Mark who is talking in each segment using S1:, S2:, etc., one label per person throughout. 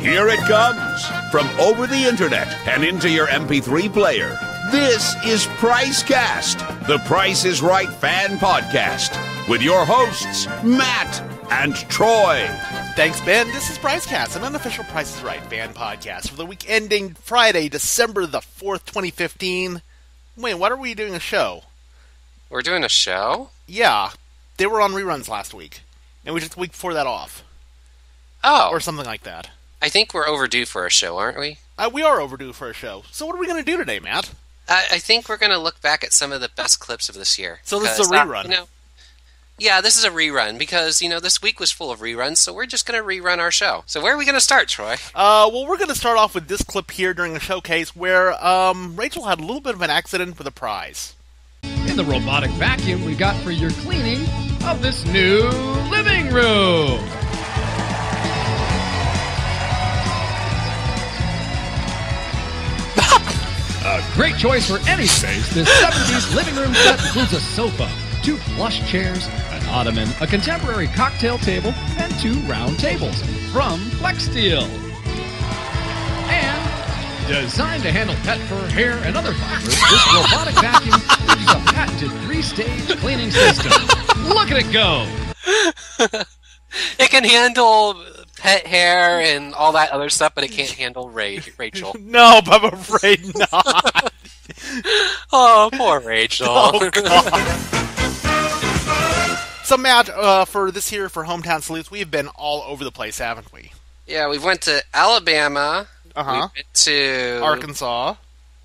S1: Here it comes from over the internet and into your MP3 player. This is PriceCast, the Price is Right fan podcast with your hosts, Matt and Troy.
S2: Thanks, Ben. This is PriceCast, an unofficial Price is Right fan podcast for the week ending Friday, December the 4th, 2015. Wait, what are we doing a show?
S3: We're doing a show?
S2: Yeah, they were on reruns last week, and we took the week before that off,
S3: Oh,
S2: or something like that.
S3: I think we're overdue for a show, aren't we?
S2: Uh, we are overdue for a show. So what are we going to do today, Matt?
S3: I, I think we're going to look back at some of the best clips of this year.
S2: So this is
S3: 'Cause,
S2: a
S3: uh,
S2: rerun.
S3: you know- yeah, this is a rerun because, you know, this week was full of reruns, so we're just going to rerun our show. So where are we going to start, Troy?
S2: Uh, well, we're going to start off with this clip here during the showcase where um, Rachel had a little bit of an accident with a prize.
S4: in the robotic vacuum we got for your cleaning of this new living room. a great choice for any space, this 70s living room set includes a sofa, two plush chairs, an ottoman, a contemporary cocktail table, and two round tables from Flexsteel. And Designed to handle pet fur, hair, and other fibers, this robotic vacuum uses a patented three-stage cleaning system. Look at it go!
S3: It can handle pet hair and all that other stuff, but it can't handle Ra- Rachel.
S2: No, but I'm afraid not.
S3: Oh, poor Rachel.
S2: so, Matt, uh, for this here, for Hometown Sleuth, we've been all over the place, haven't we?
S3: yeah, we went to Alabama. We
S2: Uh-huh.
S3: went to
S2: Arkansas.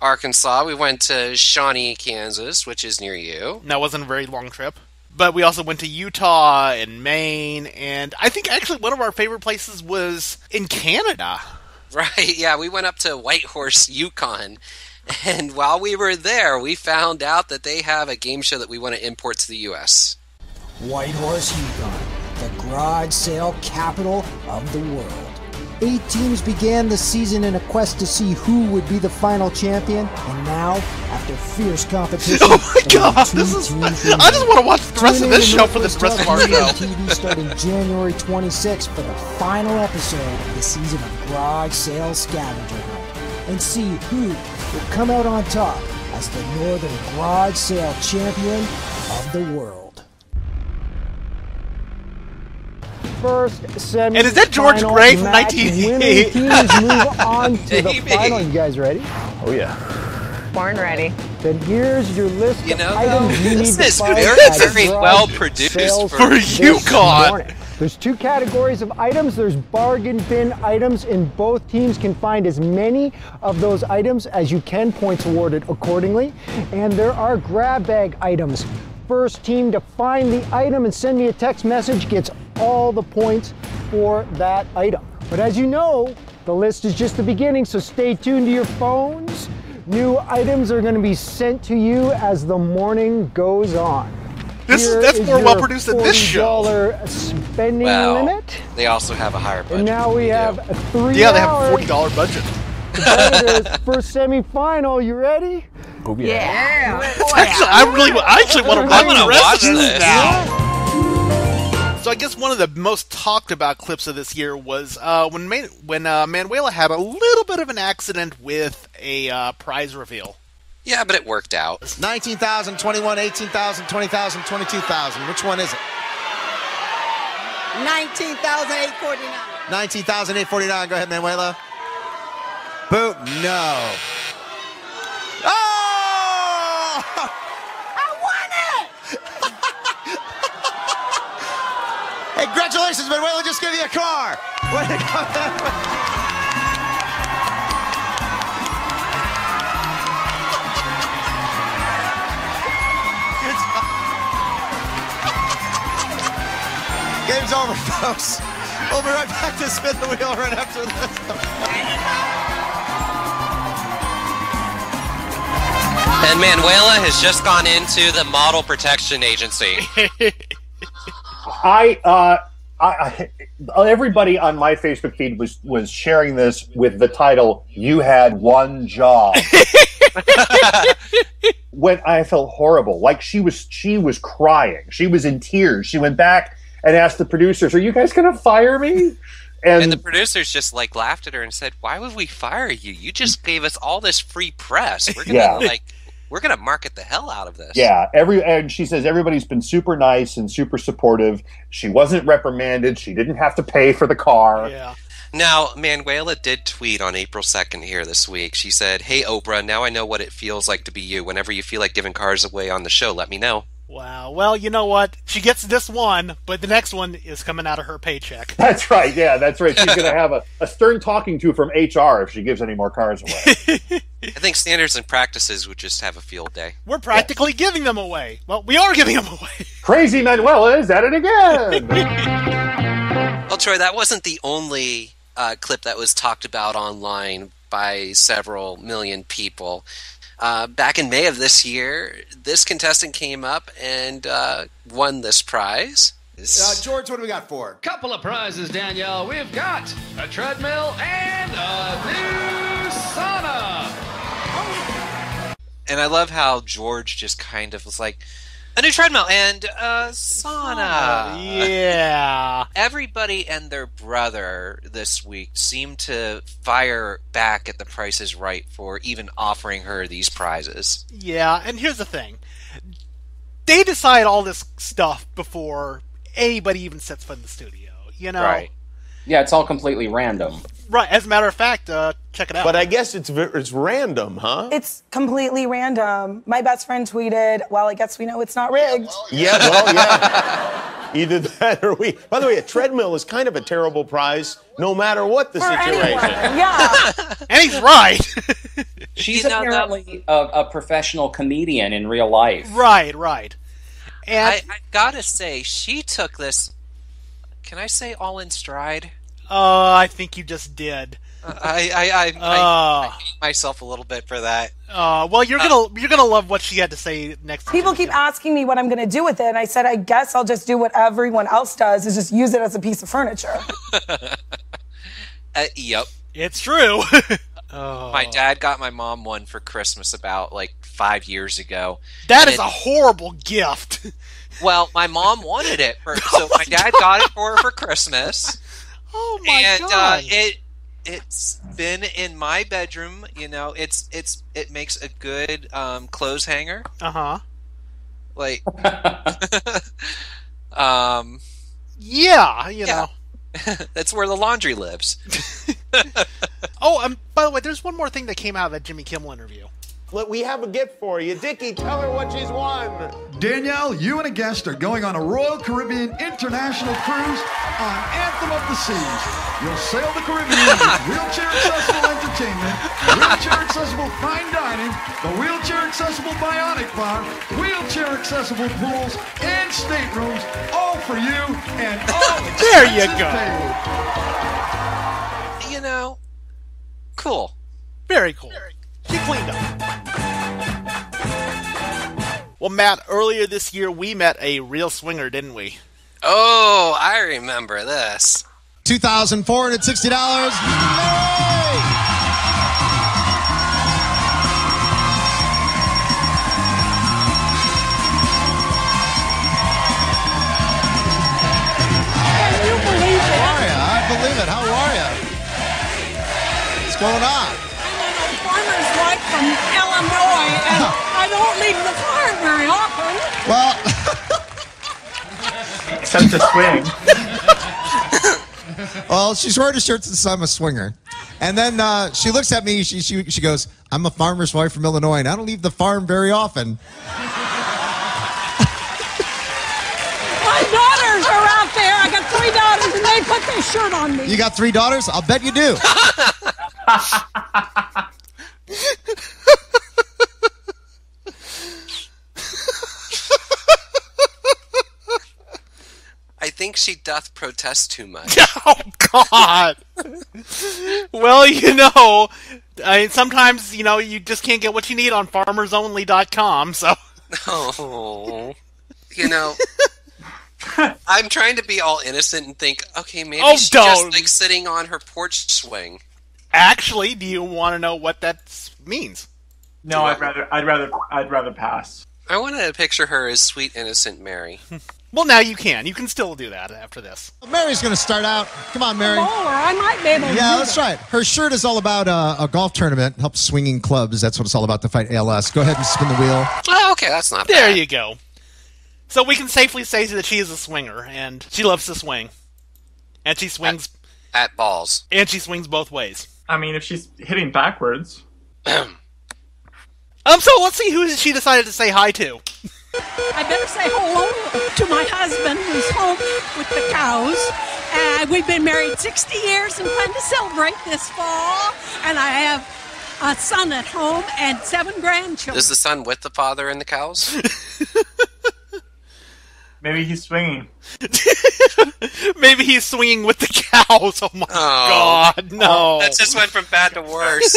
S3: Arkansas. We went to Shawnee, Kansas, which is near you.
S2: That wasn't a very long trip. But we also went to Utah and Maine, and I think actually one of our favorite places was in Canada.
S3: Right, yeah, we went up to Whitehorse, Yukon. And while we were there, we found out that they have a game show that we want to import to the US.
S5: White Horse Yukon, the garage sale capital of the world. Eight teams began the season in a quest to see who would be the final champion, and now, after fierce competition,
S2: Oh my
S5: there are
S2: god,
S5: two
S2: this is.
S5: teams
S2: I just
S5: remaining.
S2: want to watch the rest of
S5: Tune in
S2: this
S5: to
S2: show for the
S5: Northwest
S2: rest of our
S5: Television
S2: show.
S5: TV starting January 26th for the final episode of the season of Garage Sale Scavenger Hunt, and see who will come out on top as the Northern Garage Sale Champion of the world. First semi.
S2: And is that George Gray from 1988?
S5: Teams move on to the
S3: Maybe.
S5: final. You guys ready?
S6: Born ready.
S5: Then here's your list
S3: You
S5: of
S3: know,
S5: items you
S3: this
S5: need to
S3: is
S5: find
S3: very,
S5: at
S3: very
S5: garage
S3: well produced
S5: sales
S3: for
S5: this
S2: Yukon.
S5: morning. There's two categories of items. There's bargain bin items, and both teams can find as many of those items as you can, points awarded accordingly. And there are grab bag items. First team to find the item and send me a text message gets all the points for that item. But as you know, the list is just the beginning, so stay tuned to your phones. New items are going to be sent to you as the morning goes on.
S2: This is-
S5: Here
S2: that's more
S5: your
S2: well-produced than this show.
S5: $40 spending
S3: Well,
S5: limit.
S3: they also have a higher budget.
S5: And now
S3: than
S5: we
S3: do.
S5: have three
S2: Yeah, they have a
S5: hours
S2: forty dollar budget.
S5: dollars first semifinal. You ready?
S6: Yeah.
S2: Actually, I really, I actually want to
S5: I
S2: watch
S5: wanna
S2: the rest
S3: watch
S2: of this,
S3: this.
S2: now. So I guess one of the most talked about clips of this year was uh, when Man- when uh, Manuela had a little bit of an accident with a uh, prize reveal.
S3: Yeah, but it worked out.
S7: 19,000, 21, 18,000, 20,000, 22,000. Which one is it?
S6: 19,849.
S7: 19,849. Go ahead, Manuela. Boom. No. Oh! I won it! Congratulations, Manuela. Just give you a car. Way to go. Game's over, folks. We'll be right back to spin the wheel right after this.
S3: And Manuela has just gone into the Model Protection Agency.
S8: I, uh, I, I everybody on my Facebook feed was was sharing this with the title "You had one job." when I felt horrible, like she was she was crying, she was in tears. She went back and asked the producers, "Are you guys going to fire me?" And,
S3: And the producers just like laughed at her and said, "Why would we fire you? You just gave us all this free press. We're gonna
S8: Yeah.
S3: like, we're gonna market the hell out of this."
S8: yeah, every and she says everybody's been super nice and super supportive. She wasn't reprimanded. She didn't have to pay for the car.
S2: Yeah.
S3: Now, Manuela did tweet on April 2nd here this week. She said, Hey, Oprah, now I know what it feels like to be you. Whenever you feel like giving cars away on the show, let me know.
S2: Wow. Well, you know what? She gets this one, but the next one is coming out of her paycheck.
S8: That's right. Yeah, that's right. She's going to have a, a stern talking to from HR if she gives any more cars away.
S3: I think standards and practices would just have a field day.
S2: We're practically giving them away. Well, we are giving them away.
S8: Crazy Manuela is at it again.
S3: Well, Troy, that wasn't the only uh, clip that was talked about online by several million people. Uh, back in May of this year, this contestant came up and uh, won this prize.
S7: Uh, George, what do we got for? her?
S4: Couple of prizes, Danielle. We've got a treadmill and a new sauna.
S3: and I love how George just kind of was like, a new treadmill and a sauna.
S2: yeah.
S3: Everybody and their brother this week seemed to fire back at the Price is Right for even offering her these prizes.
S2: Yeah. And here's the thing they decide all this stuff before anybody even sets foot in the studio. You know?
S3: Right.
S9: Yeah, it's all completely random.
S2: Right. As a matter of fact, uh, check it out.
S10: But I guess it's ve- it's random, huh?
S6: It's completely random. My best friend tweeted, "Well, I guess we know it's not rigged."
S10: yeah, well, yeah. Either that or we. By the way, a treadmill is kind of a terrible prize, no matter what the
S6: For anyone,
S10: situation.
S6: yeah.
S2: and he's right.
S9: She's
S3: You know, that-
S9: apparently a, a professional comedian in real life.
S2: right. Right. And
S3: I, I gotta say, she took this. Can I say all in stride?
S2: uh, I think you just did.
S3: I I, I,
S9: Oh.
S2: Uh,
S3: I hate myself a little bit for that.
S2: uh, well, you're gonna you're gonna love what she had to say next.
S6: People keep asking me what I'm going to do with it, and I said, "I guess I'll just do what everyone else does: is just use it as a piece of furniture."
S3: Uh, yep.
S2: It's true.
S3: My
S2: Oh.
S3: dad got my mom one for Christmas about like five years ago.
S2: That
S3: And
S2: is
S3: it-
S2: a horrible gift.
S3: Well, my mom wanted it, for, so my dad got it for her for Christmas,
S2: Oh my
S3: and uh,
S2: god!
S3: it it's been in my bedroom. You know, it's it's it makes a good um, clothes hanger.
S2: uh huh.
S3: Like, um,
S2: Yeah, you know.
S3: that's where the laundry lives.
S2: Oh, um, by the way, there's one more thing that came out of that Jimmy Kimmel interview.
S10: Look, we have a gift for you, Dickie. Tell her what she's won.
S11: Danielle, you and a guest are going on a Royal Caribbean international cruise on Anthem of the Seas. You'll sail the Caribbean with wheelchair accessible entertainment, wheelchair accessible fine dining, the wheelchair accessible bionic bar, wheelchair accessible pools, and staterooms, all for you and all
S2: There you
S11: expenses
S2: go.
S11: paid.
S3: You know, cool.
S2: Very cool. She cleaned up. Well, Matt, earlier this year we met a real swinger, didn't we?
S3: Oh, I remember this.
S10: $2,460.
S11: I believe it. How are you? What's going on?
S6: farmer's wife from Illinois, and I don't leave the farm very often.
S11: Well,
S8: Except the swing.
S11: well, she's wearing a shirt since I'm a swinger. And then uh, she looks at me. She, she she goes, "I'm a farmer's wife from Illinois, and I don't leave the farm very often."
S6: My daughters are out there. I got three daughters, and they put their shirt on me.
S11: You got three daughters? I'll bet you do.
S3: I think she doth protest too much.
S2: Oh God! well, you know, I mean, sometimes you know you just can't get what you need on FarmersOnly.com. So
S3: Oh, you know, I'm trying to be all innocent and think, okay, maybe
S2: Oh,
S3: she's
S2: don't.
S3: just like sitting on her porch swing.
S2: actually, do you want to know what that s- means?
S12: No, I'd rather, I'd rather, I'd rather pass.
S3: I wanted to picture her as sweet innocent Mary.
S2: Well, now you can. You can still do that after this.
S11: Mary's going to start out. Come on, Mary.
S13: I might be able to
S11: Yeah,
S13: do
S11: that's
S13: that.
S11: right. Her shirt is all about uh, a golf tournament. Helps swinging clubs. That's what it's all about to fight ALS. Go ahead and spin the wheel.
S3: Oh, okay, that's not
S2: There you go. So we can safely say that she is a swinger, and she loves to swing. And she swings.
S3: At, balls.
S2: And she swings both ways.
S14: I mean, if she's hitting backwards.
S2: Um, so let's see who she decided to say hi to.
S15: I better say hello to my husband who's home with the cows. Uh, we've been married 60 years and plan to celebrate this fall. And I have a son at home and seven grandchildren.
S3: Is the son with the father and the cows?
S14: Maybe he's swinging.
S2: Maybe he's swinging with the cows. Oh my god, no.
S3: That just went from bad to worse.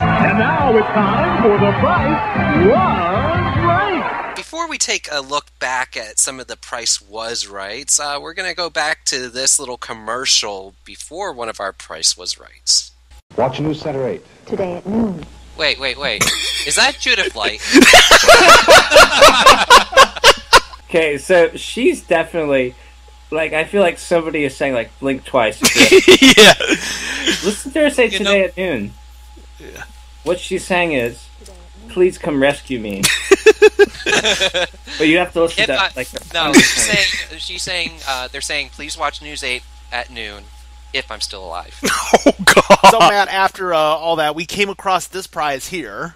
S16: And now it's time for the price was right.
S3: Before we take a look back at some of the price was rights, uh, we're going to go back to this little commercial before one of our price was rights.
S17: Watch News Center 8. Today at noon.
S3: Wait, wait, wait. Is that Judith Light?
S5: Okay, so she's definitely like I feel like somebody is saying like blink twice.
S2: yeah.
S5: Listen to her say today at noon. What she's saying is, please come rescue me. but you have to listen
S18: Hit
S3: uh,
S18: by-
S5: to that. Like,
S18: No, she's saying she's saying uh, they're saying please watch News Eight at noon if I'm still alive.
S2: So Matt, after uh, all that, we came across this prize here.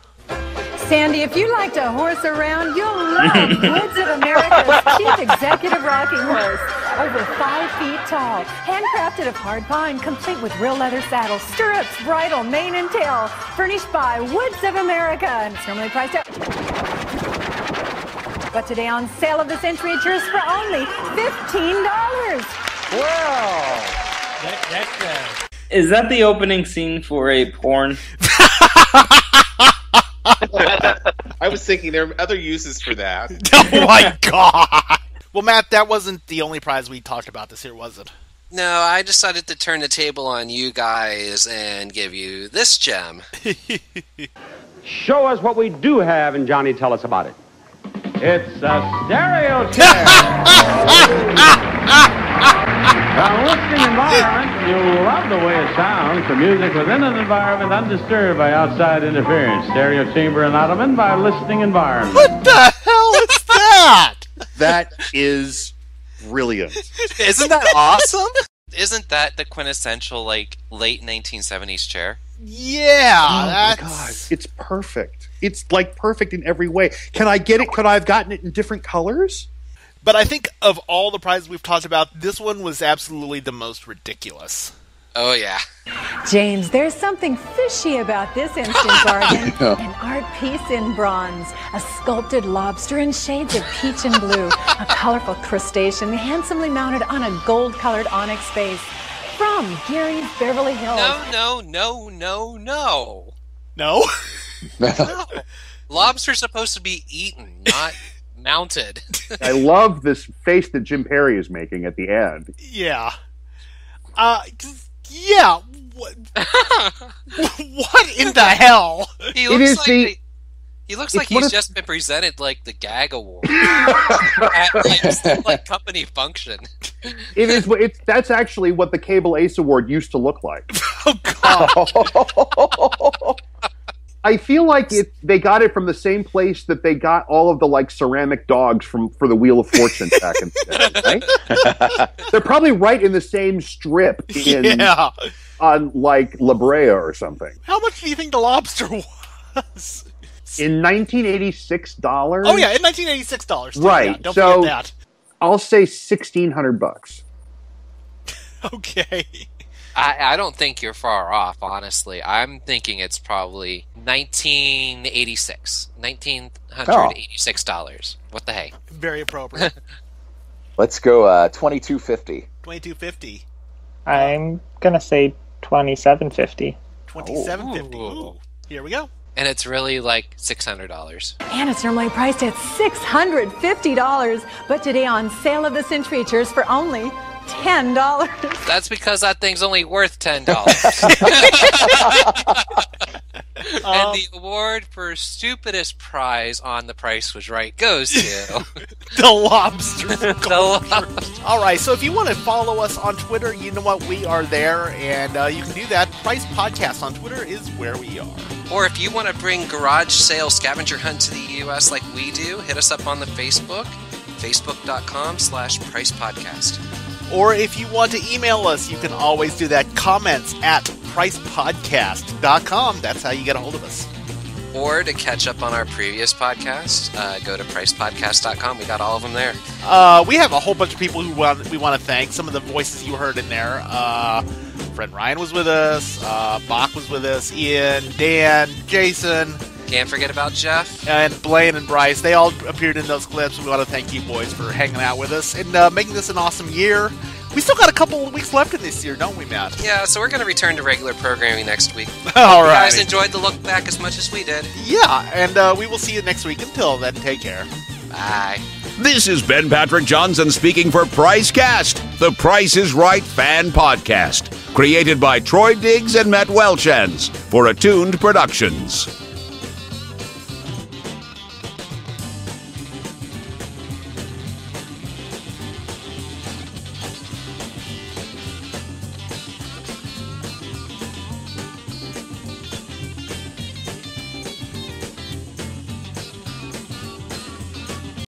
S19: Sandy, if you like to horse around, you'll love Woods of America's chief executive rocking horse. Over five feet tall, handcrafted of hard pine, complete with real leather saddle, stirrups, bridle, mane, and tail. Furnished by Woods of America, and it's normally priced at. But today on sale of the century, it's yours for only fifteen dollars. Wow!
S5: is that the opening scene for a porn?
S20: I was thinking there are other uses for that.
S2: Oh my god. Well, Matt, that wasn't the only prize we talked about this year, was it?
S3: No, I decided to turn the table on you guys and give you this gem.
S21: Show us what we do have, and Johnny, tell us about it. It's a stereo tear. now listen environment, you'll love the way it sounds. The music within an environment undisturbed by outside interference. Stereo chamber and ottoman by listening environment.
S2: What the hell is that?
S8: That is brilliant.
S3: Isn't that awesome?
S18: Isn't that the quintessential like late 1970s chair?
S2: Yeah,
S8: oh my god, it's perfect. It's like perfect in every way. Can I get it? Could I have gotten it in different colors?
S2: But I think of all the prizes we've talked about, this one was absolutely the most ridiculous.
S3: Oh yeah.
S19: James, there's something fishy about this instant bargain. An art piece in bronze, a sculpted lobster in shades of peach and blue, a colorful crustacean handsomely mounted on a gold colored onyx base from Gary's Beverly Hills.
S18: No, no, no, no, no.
S2: No.
S3: Lobster's supposed to be eaten, not mounted.
S8: I love this face that Jim Perry is making at the end.
S2: Yeah. Uh, yeah. What, what in the hell?
S3: He
S8: It
S3: looks
S8: is
S3: like
S8: the-
S3: the- he looks like
S8: it's one
S3: he's
S8: of-
S3: just been presented like the gag award at like, some, like company function.
S8: It is. what- It's that's actually what the Cable Ace Award used to look like.
S2: Oh,
S8: I feel like it. They got it from the same place that they got all of the like ceramic dogs from for the Wheel of Fortune back in the day. Right? They're probably right in the same strip. In,
S2: Yeah.
S8: On like La Brea or something.
S2: How much do you think the lobster was?
S8: In 1986 dollars.
S2: Oh yeah, in 1986 dollars.
S8: Right.
S2: Yeah, don't
S8: so
S2: forget that.
S8: I'll say 1600 bucks.
S2: Okay.
S3: I, I don't think you're far off, honestly. I'm thinking it's probably 1986, 1986 dollars. What the heck?
S2: Very appropriate.
S22: Let's go uh, 2250.
S2: 2250,
S14: I'm gonna say 2750.
S2: 2750. Ooh. Here we go.
S3: And it's really like six hundred dollars.
S19: And it's normally priced at $650, but today on sale of the century, it's yours for only $10.
S3: That's because that thing's only worth ten dollars. and the
S2: Um,
S3: award for stupidest prize on The Price Was Right goes to
S2: the lobster.
S3: lobster.
S2: All right, so if you want to follow us on Twitter, you know what? We are there, and uh, you can do that. Price Podcast on Twitter is where we are.
S3: Or if you want to bring garage sale scavenger hunt to the U.S. like we do, hit us up on the Facebook, facebook.com slash price podcast.
S2: Or if you want to email us, you can always do that. Comments at pricepodcast.com. That's how you get a hold of us.
S3: Or to catch up on our previous podcast, uh, go to pricepodcast.com. We got all of them there.
S2: Uh, we have a whole bunch of people who want, we want to thank. Some of the voices you heard in there. Uh, Fred Ryan was with us. Uh, Bach was with us. Ian, Dan, Jason,
S3: Can't forget about Jeff.
S2: and Blaine and Bryce. They all appeared in those clips. We want to thank you boys for hanging out with us and uh, making this an awesome year. We still got a couple of weeks left in this year, don't we, Matt?
S3: Yeah, so we're going to return to regular programming next week.
S2: All
S3: You
S2: right.
S3: guys enjoyed the look back as much as we did.
S2: Yeah, and uh, we will see you next week. Until then, take care.
S3: Bye.
S1: This is Ben Patrick Johnson speaking for PriceCast, the Price is Right fan podcast, created by Troy Diggs and Matt Welchens for Attuned Productions.